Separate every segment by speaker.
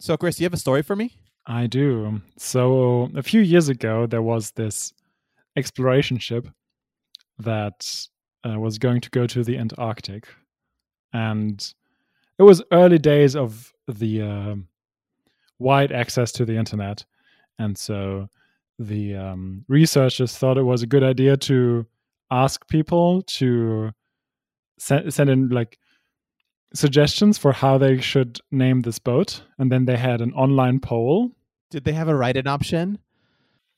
Speaker 1: So, Chris, you have a story for me?
Speaker 2: I do. So a few years ago, there was this exploration ship that uh, was going to go to the Antarctic, and it was early days of the uh, wide access to the internet, and so the um, researchers thought it was a good idea to ask people to send, send in like suggestions for how they should name this boat, and then they had an online poll.
Speaker 1: Did they have a write-in option?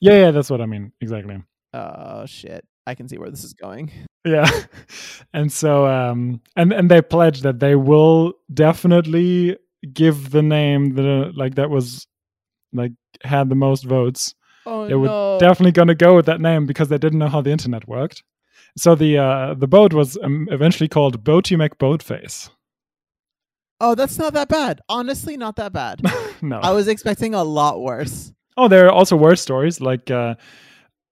Speaker 2: Yeah, yeah, that's what I mean exactly.
Speaker 1: Oh shit! I can see where this is going.
Speaker 2: Yeah, and so um, and and they pledged that they will definitely give the name that uh, like that was like had the most votes.
Speaker 1: Oh
Speaker 2: they were definitely going to go with that name because they didn't know how the internet worked. So the uh, the boat was um, eventually called Boaty McBoatface.
Speaker 1: oh, that's not that bad. Honestly, not that bad.
Speaker 2: no,
Speaker 1: I was expecting a lot worse.
Speaker 2: Oh, there are also word stories like uh,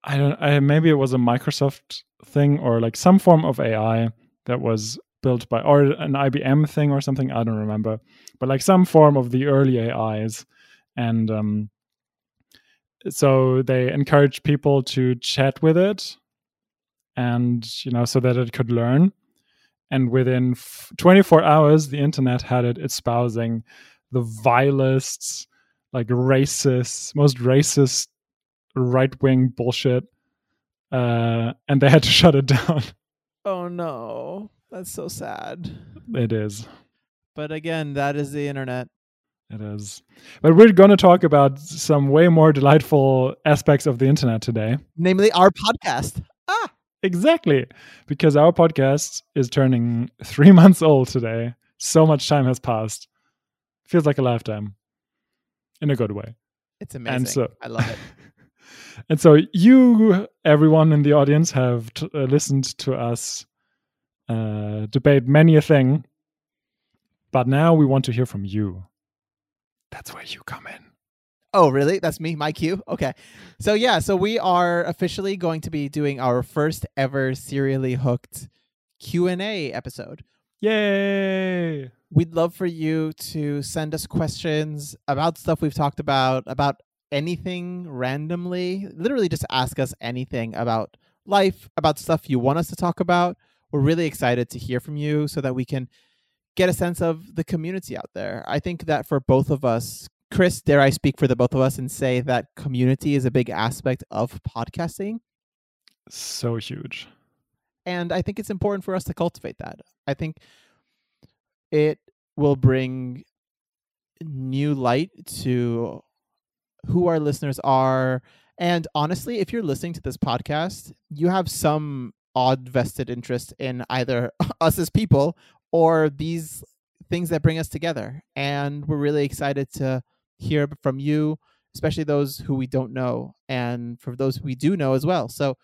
Speaker 2: I don't I, maybe it was a Microsoft thing or like some form of AI that was built by or an IBM thing or something I don't remember, but like some form of the early AIs, and um, so they encouraged people to chat with it, and you know so that it could learn. And within f- 24 hours, the internet had it espousing the vilest, like racist, most racist right wing bullshit. Uh, and they had to shut it down.
Speaker 1: Oh no, that's so sad.
Speaker 2: It is.
Speaker 1: But again, that is the internet.
Speaker 2: It is. But we're going to talk about some way more delightful aspects of the internet today.
Speaker 1: namely our podcast.
Speaker 2: Exactly. Because our podcast is turning three months old today. So much time has passed. Feels like a lifetime in a good way.
Speaker 1: It's amazing.
Speaker 2: so-
Speaker 1: I love it.
Speaker 2: and so you, everyone in the audience, have t- uh, listened to us uh, debate many a thing, but now we want to hear from you. That's where you come in.
Speaker 1: Oh, really? That's me, my cue? Okay. So, yeah, so we are officially going to be doing our first ever serially hooked Q&A episode.
Speaker 2: Yay!
Speaker 1: We'd love for you to send us questions about stuff we've talked about, about anything randomly. Literally just ask us anything about life, about stuff you want us to talk about. We're really excited to hear from you so that we can get a sense of the community out there. I think that for both of us, Chris, dare I speak for the both of us and say that community is a big aspect of podcasting.
Speaker 2: So huge.
Speaker 1: And I think it's important for us to cultivate that. I think it will bring new light to who our listeners are. And honestly, if you're listening to this podcast, you have some odd vested interest in either us as people or these things that bring us together. And we're really excited to hear b- from you, especially those who we don't know and for those we do know as well. So,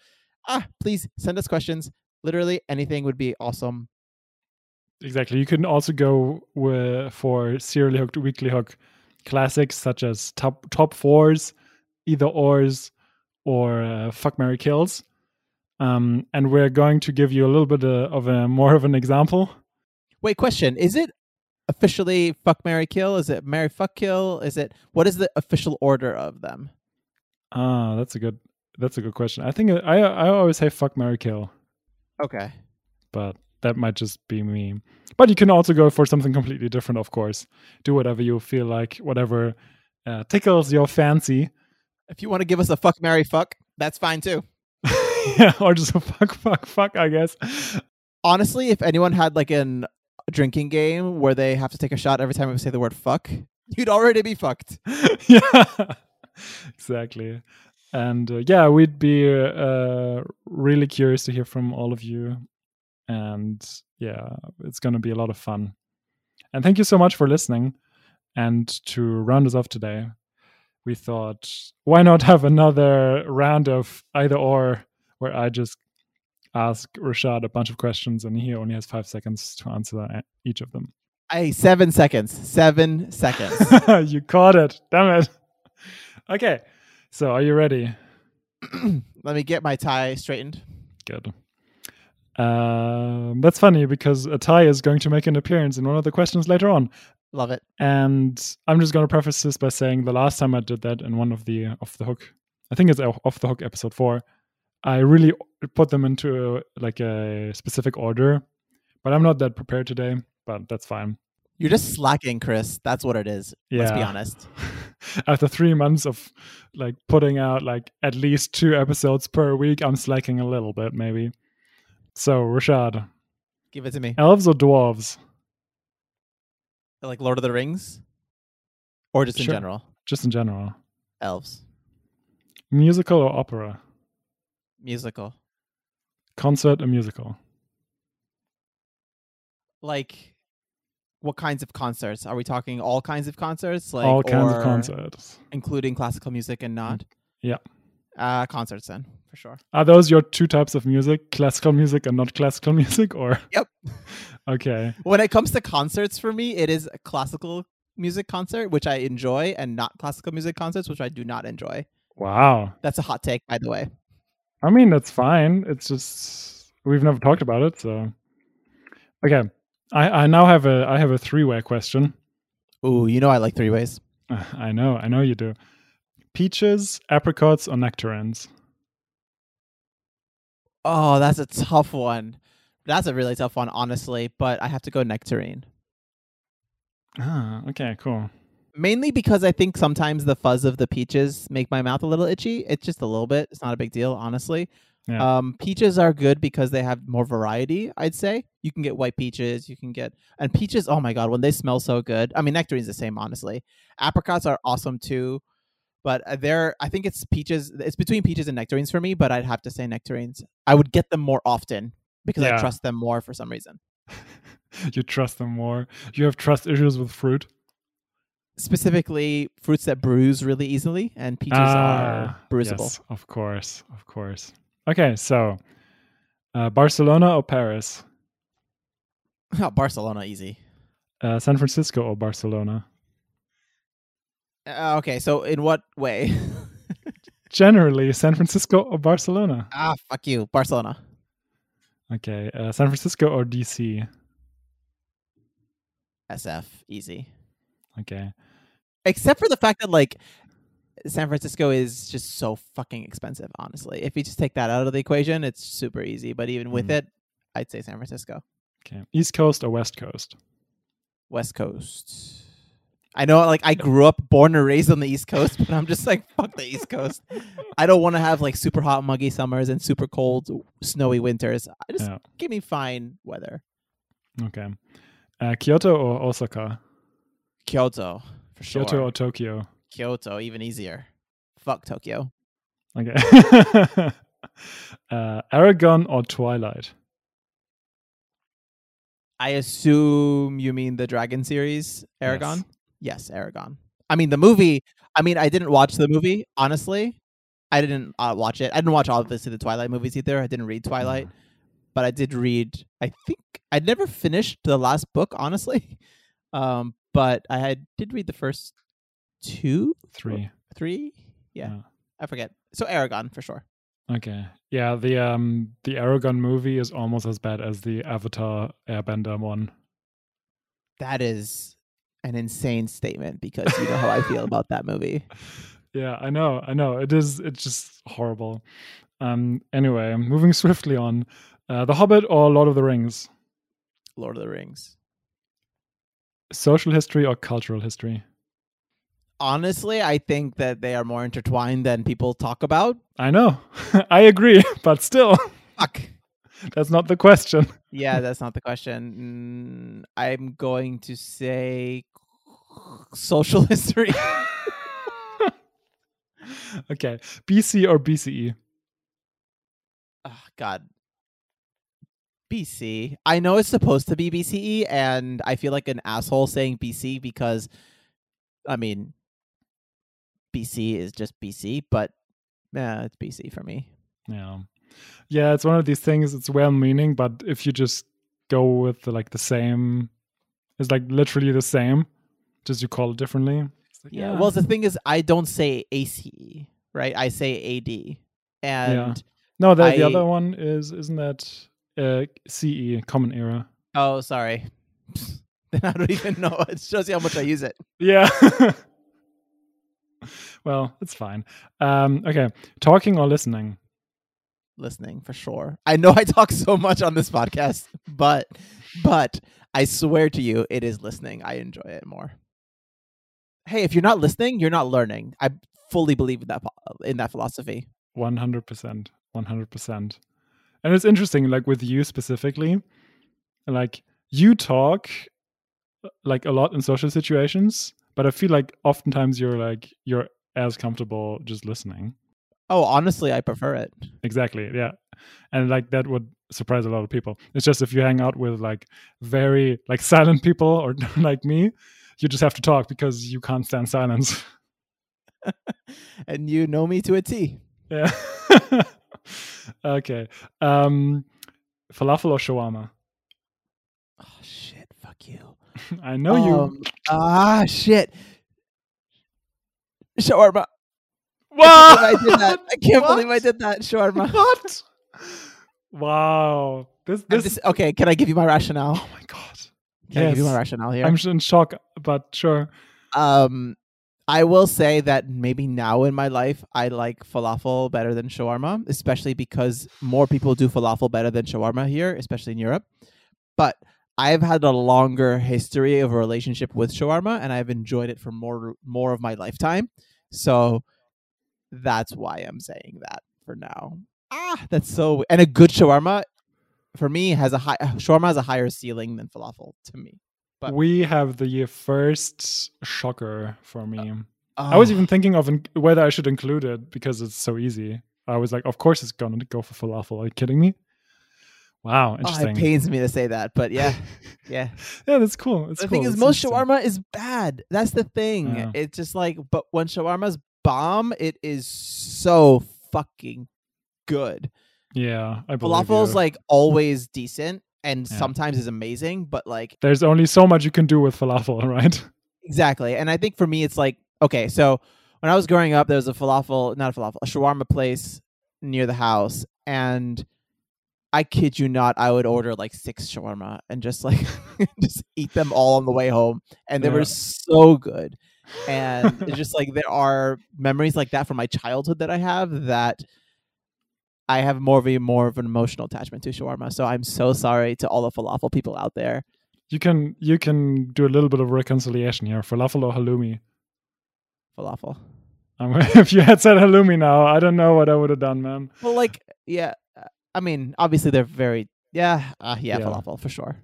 Speaker 1: ah, please send us questions. Literally anything would be awesome.
Speaker 2: Exactly. You can also go wi- for serially hooked, weekly hook classics such as top top fours, either ors, or uh, fuck Mary kills. Um, and we're going to give you a little bit uh, of a more of an example.
Speaker 1: Wait, question. Is it officially fuck Mary Kill? Is it Mary Fuck Kill? Is it what is the official order of them?
Speaker 2: Ah, that's a good that's a good question. I think uh, I I always say fuck Mary kill,
Speaker 1: Okay.
Speaker 2: but that might just be me. But you can also go for something completely different, of course. Do whatever you feel like, whatever uh, tickles your fancy.
Speaker 1: If you want to give us a fuck Mary Fuck, that's fine too.
Speaker 2: yeah, or just a fuck, fuck, fuck, I guess.
Speaker 1: Honestly, if anyone had like an a drinking game where they have to take a shot every time we say the word fuck, you'd already be fucked.
Speaker 2: yeah, exactly. And uh, yeah, we'd be uh, really curious to hear from all of you. And yeah, it's going to be a lot of fun. And thank you so much for listening. And to round us off today, we thought, why not have another round of either or where I just ask Rashad a bunch of questions and he only has five seconds to answer uh, each of them.
Speaker 1: Hey, seven seconds. Seven seconds.
Speaker 2: you caught it. Damn it. Okay. So, are you ready?
Speaker 1: Let me get my tie straightened.
Speaker 2: Good. Um, that's funny because Atai is going to make an appearance in one of the questions later on.
Speaker 1: Love it.
Speaker 2: And I'm just going to preface this by saying the last time I did that in one of the off the hook, I think it's off Off the hook episode four. I really put them into a, like a specific order, but I'm not that prepared today. But that's fine.
Speaker 1: You're just slacking, Chris. That's what it is. Let's be
Speaker 2: Yeah.
Speaker 1: honest.
Speaker 2: After three months of like putting out like at least two episodes per week, I'm slacking a little bit maybe. So Rashad,
Speaker 1: Give it to me.
Speaker 2: elves or dwarves?
Speaker 1: Like Lord of the Rings, or just in
Speaker 2: Sure.
Speaker 1: general,
Speaker 2: Just in general,
Speaker 1: elves
Speaker 2: musical or opera?
Speaker 1: musical.
Speaker 2: Concert or musical?
Speaker 1: Like, what kinds of concerts are we talking? All kinds of concerts, like
Speaker 2: All kinds of
Speaker 1: or
Speaker 2: concerts.
Speaker 1: including classical music and not.
Speaker 2: Yeah.
Speaker 1: Uh, concerts then for sure.
Speaker 2: Are those your two types of music? Classical music and not classical music, or?
Speaker 1: Yep.
Speaker 2: okay.
Speaker 1: When it comes to concerts, for me, it is a classical music concert, which I enjoy, and not classical music concerts, which I do not enjoy.
Speaker 2: Wow.
Speaker 1: That's a hot take, by the way.
Speaker 2: I mean, that's fine. It's just we've never talked about it, so okay. I, I now have a I have a three way question.
Speaker 1: Ooh, you know I like three ways.
Speaker 2: Uh, I know, I know you do. Peaches, apricots, or nectarines?
Speaker 1: Oh, that's a tough one. That's a really tough one, honestly. But I have to go nectarine.
Speaker 2: Ah, okay, cool.
Speaker 1: Mainly because I think sometimes the fuzz of the peaches make my mouth a little itchy. It's just a little bit. It's not a big deal, honestly.
Speaker 2: Yeah.
Speaker 1: Um, peaches are good because they have more variety. I'd say you can get white peaches. You can get and peaches. Oh my god, when they smell so good. I mean, nectarine's the same, honestly. Apricots are awesome too, but uh, they're. I think it's peaches. It's between peaches and nectarines for me. But I'd have to say nectarines. I would get them more often because
Speaker 2: Yeah.
Speaker 1: I trust them more for some reason.
Speaker 2: You trust them more. You have trust issues with fruit.
Speaker 1: specifically fruits that bruise really easily, and peaches are
Speaker 2: Ah,
Speaker 1: bruisable.
Speaker 2: yes, of course, of course. Okay, so uh, Barcelona or Paris?
Speaker 1: Oh, Barcelona, easy.
Speaker 2: Uh, San Francisco or Barcelona?
Speaker 1: Uh, okay, so in what way?
Speaker 2: Generally, San Francisco or Barcelona?
Speaker 1: ah, fuck you, Barcelona.
Speaker 2: Okay, uh, San Francisco or DC?
Speaker 1: SF, easy.
Speaker 2: Okay.
Speaker 1: Except for the fact that like San Francisco is just so fucking expensive. Honestly, if you just take that out of the equation, it's super easy. But even with
Speaker 2: Mm.
Speaker 1: it, I'd say San Francisco,
Speaker 2: Okay. East Coast or West Coast?
Speaker 1: West Coast. I know, like I grew up, born and raised on the East Coast, but I'm just like, fuck the East Coast. I don't want to have like super hot, muggy summers and super cold, snowy winters. I just
Speaker 2: Yeah.
Speaker 1: give me fine weather.
Speaker 2: Okay. Uh, Kyoto or Osaka?
Speaker 1: Kyoto for sure.
Speaker 2: Kyoto or Tokyo?
Speaker 1: Kyoto, even easier. Fuck Tokyo.
Speaker 2: Okay. uh, Aragon or Twilight?
Speaker 1: I assume you mean the Dragon series, Aragon.
Speaker 2: Yes.
Speaker 1: Yes, Aragon. I mean the movie. I mean I didn't watch the movie honestly. I didn't uh, watch it. I didn't watch obviously the Twilight movies either. I didn't read Twilight,
Speaker 2: Mm-hmm. Uh,
Speaker 1: but I did read. I think I'd never finished the last book honestly, um, but I had, did read the first two,
Speaker 2: Three.
Speaker 1: three. Yeah,
Speaker 2: Yeah.
Speaker 1: I forget. So Aragon for sure.
Speaker 2: Okay. Yeah, the um the Aragon movie is almost as bad as the Avatar Airbender one.
Speaker 1: That is an insane statement because you know how I feel about that movie.
Speaker 2: Yeah, I know, I know. It is it's just horrible. Um anyway, moving swiftly on. Uh, the Hobbit or Lord of the Rings?
Speaker 1: Lord of the Rings.
Speaker 2: Social history or cultural history?
Speaker 1: honestly, I think that they are more intertwined than people talk about.
Speaker 2: I know. I agree, but still,
Speaker 1: Fuck.
Speaker 2: that's not the question.
Speaker 1: Yeah, that's not the question. Mm, I'm going to say social history.
Speaker 2: okay. BC or E? BCE?
Speaker 1: oh, God. BC. I know it's supposed to be BCE, and I feel like an asshole saying BC because, I mean, BC is just BC, but yeah, it's BC for me.
Speaker 2: Yeah. Yeah, it's one of these things. It's well meaning, but if you just go with the, like the same, it's like literally the same, just you call it differently. It's like,
Speaker 1: Yeah. Well, the thing is, I don't say ACE, right? I say AD. And
Speaker 2: no, the, the
Speaker 1: I-
Speaker 2: other one is, isn't that uh, CE, common E, era?
Speaker 1: oh, sorry. then I don't even know. It shows you how much I use it.
Speaker 2: Yeah. well, it's fine. Um, okay. Talking or listening?
Speaker 1: Listening for sure. I know I talk so much on this podcast, but but I swear to you, it is listening. I enjoy it more. Hey, if you're not listening, you're not learning. I fully believe in that po- in that philosophy.
Speaker 2: 100%. 100%. And it's interesting, like with you specifically, like you talk uh, like a lot in social situations, but I feel like oftentimes you're like, you're as comfortable just listening.
Speaker 1: Oh, honestly, I prefer it.
Speaker 2: Exactly. Yeah. And like that would surprise a lot of people. It's just if you hang out with like very like silent people or like me, you just have to talk because you can't stand silence.
Speaker 1: and you know me to a T.
Speaker 2: Yeah. okay. Um falafel or shawarma?
Speaker 1: Oh shit, fuck you.
Speaker 2: I know you.
Speaker 1: Um, Ah shit. Shawarma.
Speaker 2: Wow.
Speaker 1: I did that. I can't
Speaker 2: What?
Speaker 1: believe I did that. Shawarma.
Speaker 2: What? Wow. This
Speaker 1: I'm
Speaker 2: this
Speaker 1: just- okay, can I give you my rationale?
Speaker 2: Oh my god.
Speaker 1: Can I give you
Speaker 2: Yes.
Speaker 1: my rationale here?
Speaker 2: I'm sh- in shock, but sure.
Speaker 1: um, I will say that maybe now in my life I like falafel better than shawarma, especially because more people do falafel better than shawarma here, especially in Europe. But I've had a longer history of a relationship with shawarma, and I've enjoyed it for more more of my lifetime. So that's why I'm saying that for now. Ah, that's so. And a good shawarma, for me, has a high shawarma has a higher ceiling than falafel to me. But-
Speaker 2: we have the first shocker for me. I was
Speaker 1: Oh.
Speaker 2: even thinking of in- whether I should include it because it's so easy. I was like, of course it's gonna go for falafel. Are you kidding me? Wow,
Speaker 1: Oh, it
Speaker 2: interesting.
Speaker 1: pains me to say that, but yeah, yeah.
Speaker 2: yeah, that's cool. That's
Speaker 1: the
Speaker 2: cool.
Speaker 1: thing is,
Speaker 2: It's
Speaker 1: most
Speaker 2: interesting.
Speaker 1: shawarma is bad. That's the thing.
Speaker 2: Yeah.
Speaker 1: It's just like, but when shawarma's bomb, it is so fucking good.
Speaker 2: Yeah, I believe
Speaker 1: Falafel's
Speaker 2: you.
Speaker 1: like always decent and
Speaker 2: Yeah.
Speaker 1: sometimes is amazing, but like
Speaker 2: there's only so much you can do with falafel, right?
Speaker 1: Exactly. And I think for me, it's like, okay, so when I was growing up, there was a falafel, not a falafel, a shawarma place near the house. And I kid you not, I would order like six shawarma and just like, just eat them all on the way home. And they
Speaker 2: Yeah.
Speaker 1: were so good. And it's just like, there are memories like that from my childhood that I have that I have more of a more of an emotional attachment to shawarma. So I'm so sorry to all the falafel people out there.
Speaker 2: You can you can do a little bit of reconciliation here. Falafel or halloumi.
Speaker 1: Falafel.
Speaker 2: Um, if you had said halloumi now, I don't know what I would have done, man.
Speaker 1: well, like, yeah. uh, I mean, obviously they're very, yeah, uh, yeah,
Speaker 2: Yeah.
Speaker 1: falafel for sure.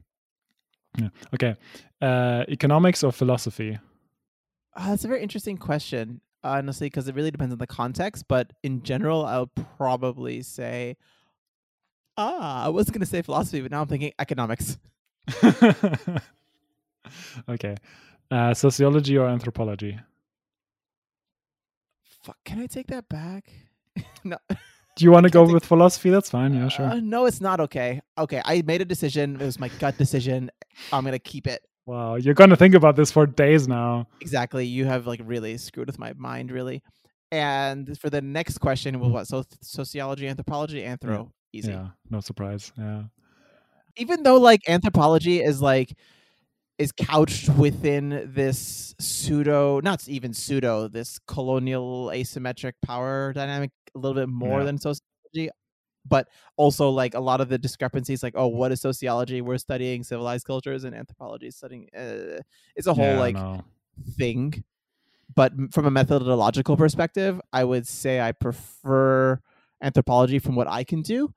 Speaker 2: Yeah. Okay. Uh, economics or philosophy?
Speaker 1: Uh, that's a very interesting question, honestly, because it really depends on the context. But in general, I would probably say, ah, I was going to say philosophy, but now I'm thinking economics.
Speaker 2: okay. Uh, sociology or anthropology?
Speaker 1: Fuck, can I take that back? no,
Speaker 2: Do you want to go
Speaker 1: think-
Speaker 2: with philosophy? That's fine. Yeah, sure.
Speaker 1: uh, no, it's not okay. Okay, I made a decision. It was my gut decision. I'm going to keep it.
Speaker 2: wow, you're gonna think about this for days now.
Speaker 1: Exactly. You have like really screwed with my mind, really. And for the next question, was what? So sociology, anthropology, anthro, easy.
Speaker 2: Mm. Yeah, no surprise. Yeah.
Speaker 1: Even though like anthropology is like is couched within this pseudo, not even pseudo, this colonial asymmetric power dynamic a little bit more
Speaker 2: Yeah.
Speaker 1: than sociology. But also like a lot of the discrepancies, like oh, what is sociology? We're studying civilized cultures, and anthropology is studying. Uh, it's a whole
Speaker 2: yeah,
Speaker 1: like
Speaker 2: no.
Speaker 1: thing. But m- from a methodological perspective, I would say I prefer anthropology from what I can do.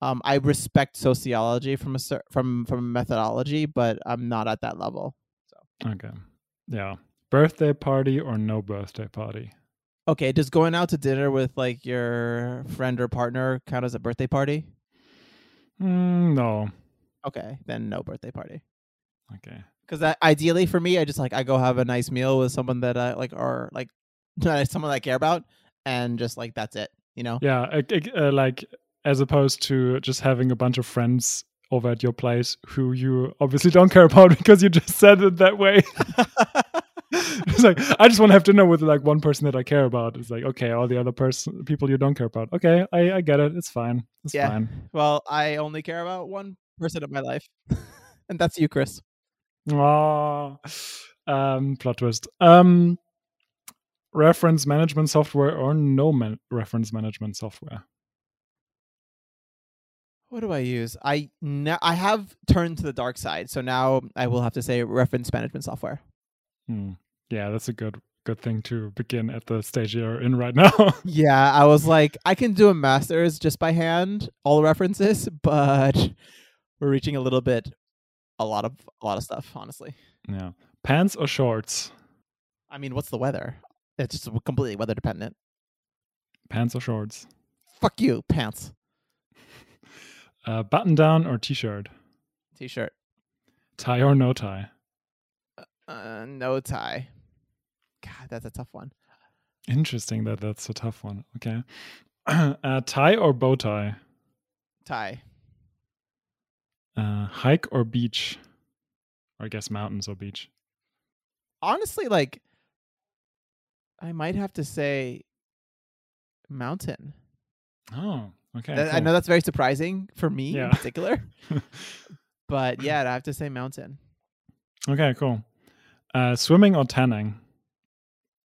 Speaker 1: Um, I respect sociology from a cer- from from a methodology, but I'm not at that level.
Speaker 2: Okay. Yeah. Birthday party or no birthday party?
Speaker 1: Okay, does going out to dinner with like your friend or partner count as a birthday party?
Speaker 2: Mm, no.
Speaker 1: Okay, then no birthday party.
Speaker 2: Okay.
Speaker 1: Because ideally for me, I just like I go have a nice meal with someone that I like or like someone that I care about, and just like that's it. You know?
Speaker 2: Yeah. ec- ec- uh, like, as opposed to just having a bunch of friends over at your place who you obviously don't care about because you just said it that way. it's like I just want to have dinner with like one person that I care about. It's like okay, all the other person people you don't care about. Okay, I, I get it. It's fine. It's
Speaker 1: Yeah.
Speaker 2: fine.
Speaker 1: Well, I only care about one person in my life, and that's you, Chris.
Speaker 2: Ah, um, plot twist. Um, reference management software or no man- reference management software?
Speaker 1: What do I use? I now I have turned to the dark side, so now I will have to say reference management software.
Speaker 2: Hmm. Yeah, that's a good good thing to begin at the stage you're in right now.
Speaker 1: Yeah, I was like, I can do a master's just by hand, all references, but we're reaching a little bit, a lot of a lot of stuff, honestly.
Speaker 2: yeah, pants or shorts?
Speaker 1: I mean, what's the weather? It's just completely weather dependent.
Speaker 2: Pants or shorts?
Speaker 1: Fuck you, pants,
Speaker 2: Uh, button down or t-shirt?
Speaker 1: t-shirt,
Speaker 2: Tie or no tie?
Speaker 1: uh, no tie. God, that's a tough one.
Speaker 2: Interesting that that's a tough one. Okay, uh, tie or bow tie?
Speaker 1: Tie,
Speaker 2: Uh, hike or beach? Or I guess mountains or beach.
Speaker 1: honestly, like, I might have to say mountain.
Speaker 2: Oh, okay.
Speaker 1: That- I know that's very surprising for me in
Speaker 2: Yeah.
Speaker 1: particular,
Speaker 2: cool.
Speaker 1: but yeah, I have to say mountain.
Speaker 2: Okay, cool. Uh, swimming or tanning,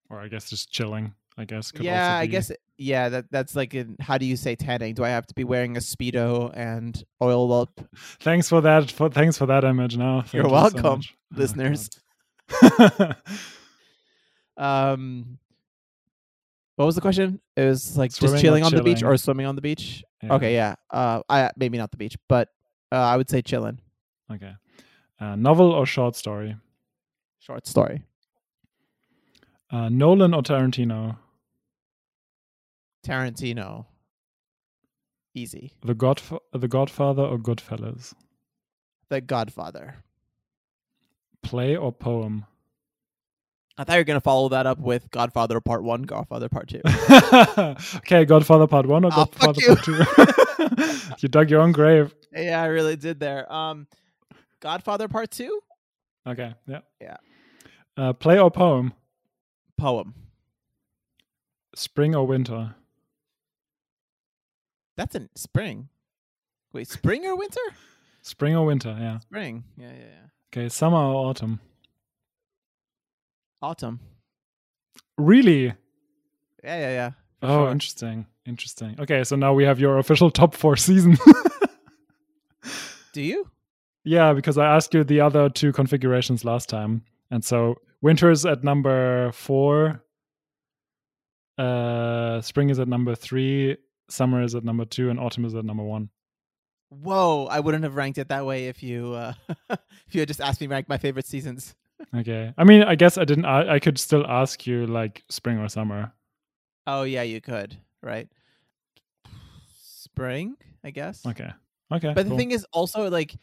Speaker 2: or I guess just chilling. I guess. could also
Speaker 1: yeah, I
Speaker 2: be-
Speaker 1: guess it- yeah. That that's like in, how do you say tanning? Do I have to be wearing a speedo and oiled
Speaker 2: Oh,
Speaker 1: up,
Speaker 2: Thanks for that. For, thanks for that image. Now
Speaker 1: You're
Speaker 2: Thank you so
Speaker 1: welcome,
Speaker 2: much. Oh,
Speaker 1: listeners?
Speaker 2: God.
Speaker 1: um, what was the question? It was like
Speaker 2: Swimming or
Speaker 1: just chilling on the beach
Speaker 2: chilling?
Speaker 1: or swimming on the beach.
Speaker 2: Yeah,
Speaker 1: Okay, yeah. Uh, I maybe not the beach, but uh, I would say chilling.
Speaker 2: Okay. Uh, novel or short story?
Speaker 1: Short story.
Speaker 2: Uh, Nolan or Tarantino?
Speaker 1: Tarantino. Easy.
Speaker 2: The Godf- The Godfather or Goodfellas?
Speaker 1: The Godfather.
Speaker 2: Play or poem?
Speaker 1: I thought you were gonna follow that up with Godfather Part One, Godfather Part Two.
Speaker 2: okay, Godfather Part One or
Speaker 1: Ah, fuck
Speaker 2: Godfather Part Two? you dug your own grave.
Speaker 1: yeah, I really did there. Um, Godfather Part Two,
Speaker 2: Okay. Yeah.
Speaker 1: Yeah.
Speaker 2: Uh, play or poem?
Speaker 1: poem.
Speaker 2: Spring or winter?
Speaker 1: That's in spring. Wait, spring or winter?
Speaker 2: Spring or winter? Yeah.
Speaker 1: Spring. Yeah, yeah, yeah.
Speaker 2: Okay. Summer or autumn?
Speaker 1: Autumn.
Speaker 2: Really?
Speaker 1: Yeah, yeah, yeah. for
Speaker 2: Oh,
Speaker 1: sure.
Speaker 2: interesting. Interesting. Okay, so now we have your official top four season.
Speaker 1: Do you?
Speaker 2: yeah, because I asked you the other two configurations last time, and so winter is at number four. Uh, spring is at number three. Summer is at number two, and autumn is at number one.
Speaker 1: Whoa, I wouldn't have ranked it that way if you uh if you had just asked me to rank my favorite seasons.
Speaker 2: Okay. I mean, I guess I didn't. I, I could still ask you like spring or summer.
Speaker 1: Oh yeah, you could, right? Spring, I guess.
Speaker 2: Okay. Okay.
Speaker 1: But the
Speaker 2: cool.
Speaker 1: thing is also like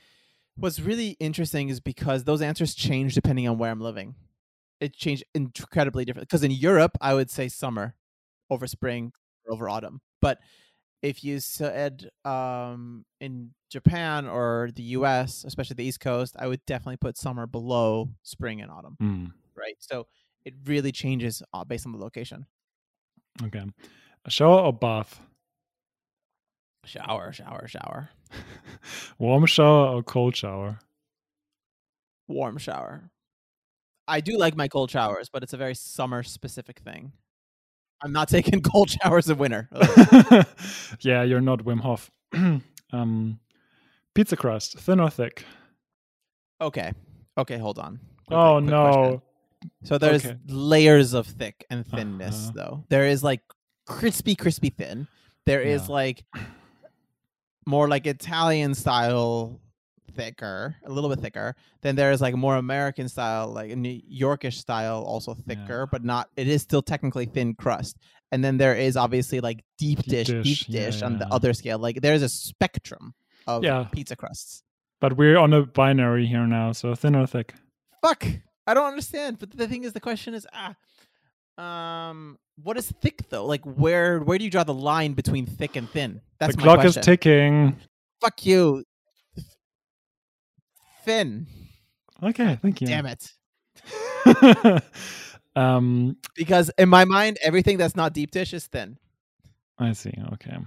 Speaker 1: what's really interesting is because those answers change depending on where I'm living. It changed incredibly different because in Europe I would say summer over spring or over autumn. But if you said um in Japan or the US, especially the East Coast, I would definitely put summer below spring and autumn,
Speaker 2: Hmm.
Speaker 1: right? So it really changes uh, based on the location.
Speaker 2: Okay. A shower or bath?
Speaker 1: Shower, shower, shower.
Speaker 2: Warm shower or cold shower?
Speaker 1: warm shower. I do like my cold showers, but it's a very summer specific thing. I'm not taking cold showers in winter. Ugh.
Speaker 2: yeah, you're not Wim Hof. um, pizza crust, thin or thick?
Speaker 1: okay. Okay, hold on. Quick-
Speaker 2: oh
Speaker 1: quick
Speaker 2: no.
Speaker 1: question. So there's
Speaker 2: Okay.
Speaker 1: layers of thick and thinness
Speaker 2: Uh-huh.
Speaker 1: though. There is like crispy crispy thin. There is
Speaker 2: Yeah.
Speaker 1: like more like Italian style thicker, a little bit thicker. Then there is like more American style, like New Yorkish style, also thicker, but not. It is still technically thin crust. And then there is obviously like deep
Speaker 2: Deep
Speaker 1: dish,
Speaker 2: dish,
Speaker 1: deep
Speaker 2: yeah,
Speaker 1: dish on the
Speaker 2: yeah.
Speaker 1: other scale. Like there is a spectrum of
Speaker 2: Yeah.
Speaker 1: pizza crusts.
Speaker 2: But we're on a binary here now, so thin or thick?
Speaker 1: Fuck, I don't understand. But the thing is, the question is, ah, um, what is thick though? Like where where do you draw the line between thick and thin? That's
Speaker 2: the
Speaker 1: my
Speaker 2: clock
Speaker 1: question.
Speaker 2: is ticking.
Speaker 1: Fuck you, thin.
Speaker 2: Okay, thank you.
Speaker 1: Damn it.
Speaker 2: it. um,
Speaker 1: Because in my mind, everything that's not deep dish is thin.
Speaker 2: I see. Okay.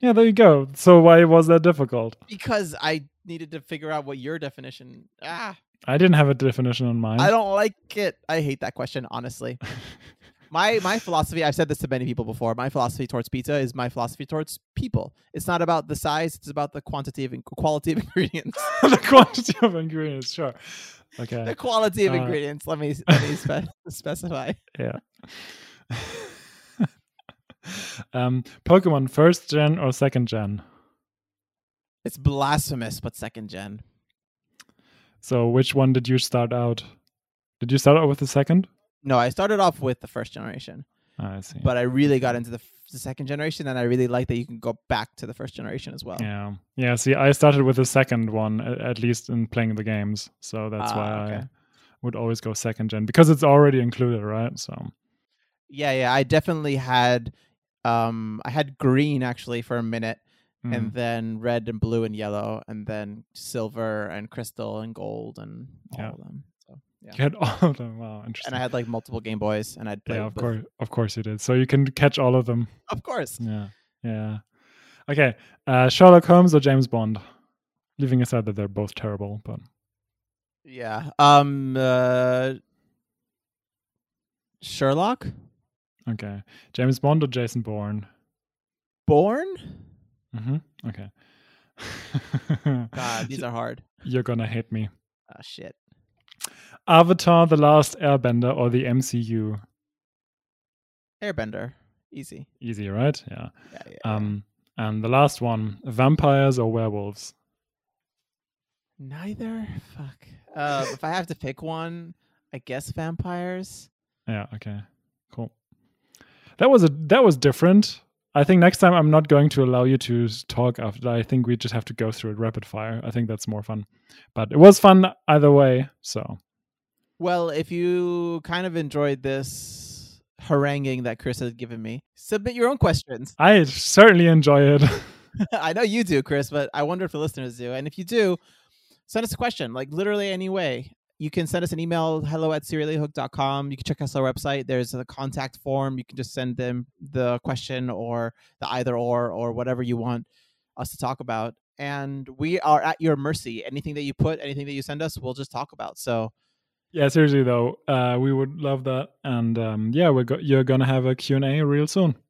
Speaker 2: Yeah, there you go. So why was that difficult?
Speaker 1: Because I needed to figure out what your definition. Ah,
Speaker 2: I didn't have a definition on mine.
Speaker 1: I don't like it. I hate that question, honestly. my my philosophy, I've said this to many people before. My philosophy towards pizza is my philosophy towards people. It's not about the size, it's about the quantity of in- quality of ingredients.
Speaker 2: the quantity of ingredients, sure. Okay.
Speaker 1: the quality of
Speaker 2: Uh,
Speaker 1: ingredients, let me let me spe- specify.
Speaker 2: Yeah. um, Pokemon first gen or second gen?
Speaker 1: It's blasphemous, but second gen.
Speaker 2: So which one did you start out? Did you start out with the second?
Speaker 1: No, I started off with the first generation,
Speaker 2: Ah, I see.
Speaker 1: but I really got into the, f- the second generation, and I really like that you can go back to the first generation as well.
Speaker 2: yeah, yeah. See, I started with the second one a- at least in playing the games, so that's
Speaker 1: Ah,
Speaker 2: why
Speaker 1: okay.
Speaker 2: I would always go second gen because it's already included, right? So
Speaker 1: Yeah, yeah. I definitely had um I had green actually for a minute and
Speaker 2: mm,
Speaker 1: then red and blue and yellow and then silver and crystal and gold and all
Speaker 2: Yeah.
Speaker 1: of them. So yeah.
Speaker 2: you had all of them. Wow, interesting.
Speaker 1: And I had like multiple Game Boys and I'd play
Speaker 2: yeah, of
Speaker 1: with-
Speaker 2: course, Mm. of course you did. So you can catch all of them.
Speaker 1: Of course.
Speaker 2: Yeah, yeah. Okay, uh, Sherlock Holmes or James Bond? Leaving aside that they're both terrible, but
Speaker 1: Yeah. Um uh Sherlock?
Speaker 2: okay. James Bond or Jason Bourne?
Speaker 1: Born?
Speaker 2: hmm Okay.
Speaker 1: God, these are hard.
Speaker 2: You're gonna hate me.
Speaker 1: Oh shit.
Speaker 2: Avatar: The Last Airbender or the MCU?
Speaker 1: Airbender. Easy.
Speaker 2: Easy, right? Yeah.
Speaker 1: Yeah, yeah.
Speaker 2: Um, and the last one: vampires or werewolves?
Speaker 1: Neither? Fuck. Uh, if I have to pick one, I guess vampires.
Speaker 2: Yeah. Okay. Cool. That was a that was different. I think next time I'm not going to allow you to s- talk after. that. I think we just have to go through it rapid fire. I think that's more fun. But it was fun either way. So
Speaker 1: Well, if you kind of enjoyed this haranguing that Chris has given me, submit your own questions.
Speaker 2: I certainly enjoy it.
Speaker 1: I know you do, Chris, but I wonder if the listeners do. And if you do, send us a question, like literally any way. You can send us an email, hello at seriallyhook.com. You can check us our website. There's a contact form. You can just send them the question or the either or or whatever you want us to talk about. And we are at your mercy. Anything that you put, anything that you send us, we'll just talk about. So
Speaker 2: yeah. Seriously though, uh, we would love that. And um, yeah, we're go- you're gonna have a Q and A real soon.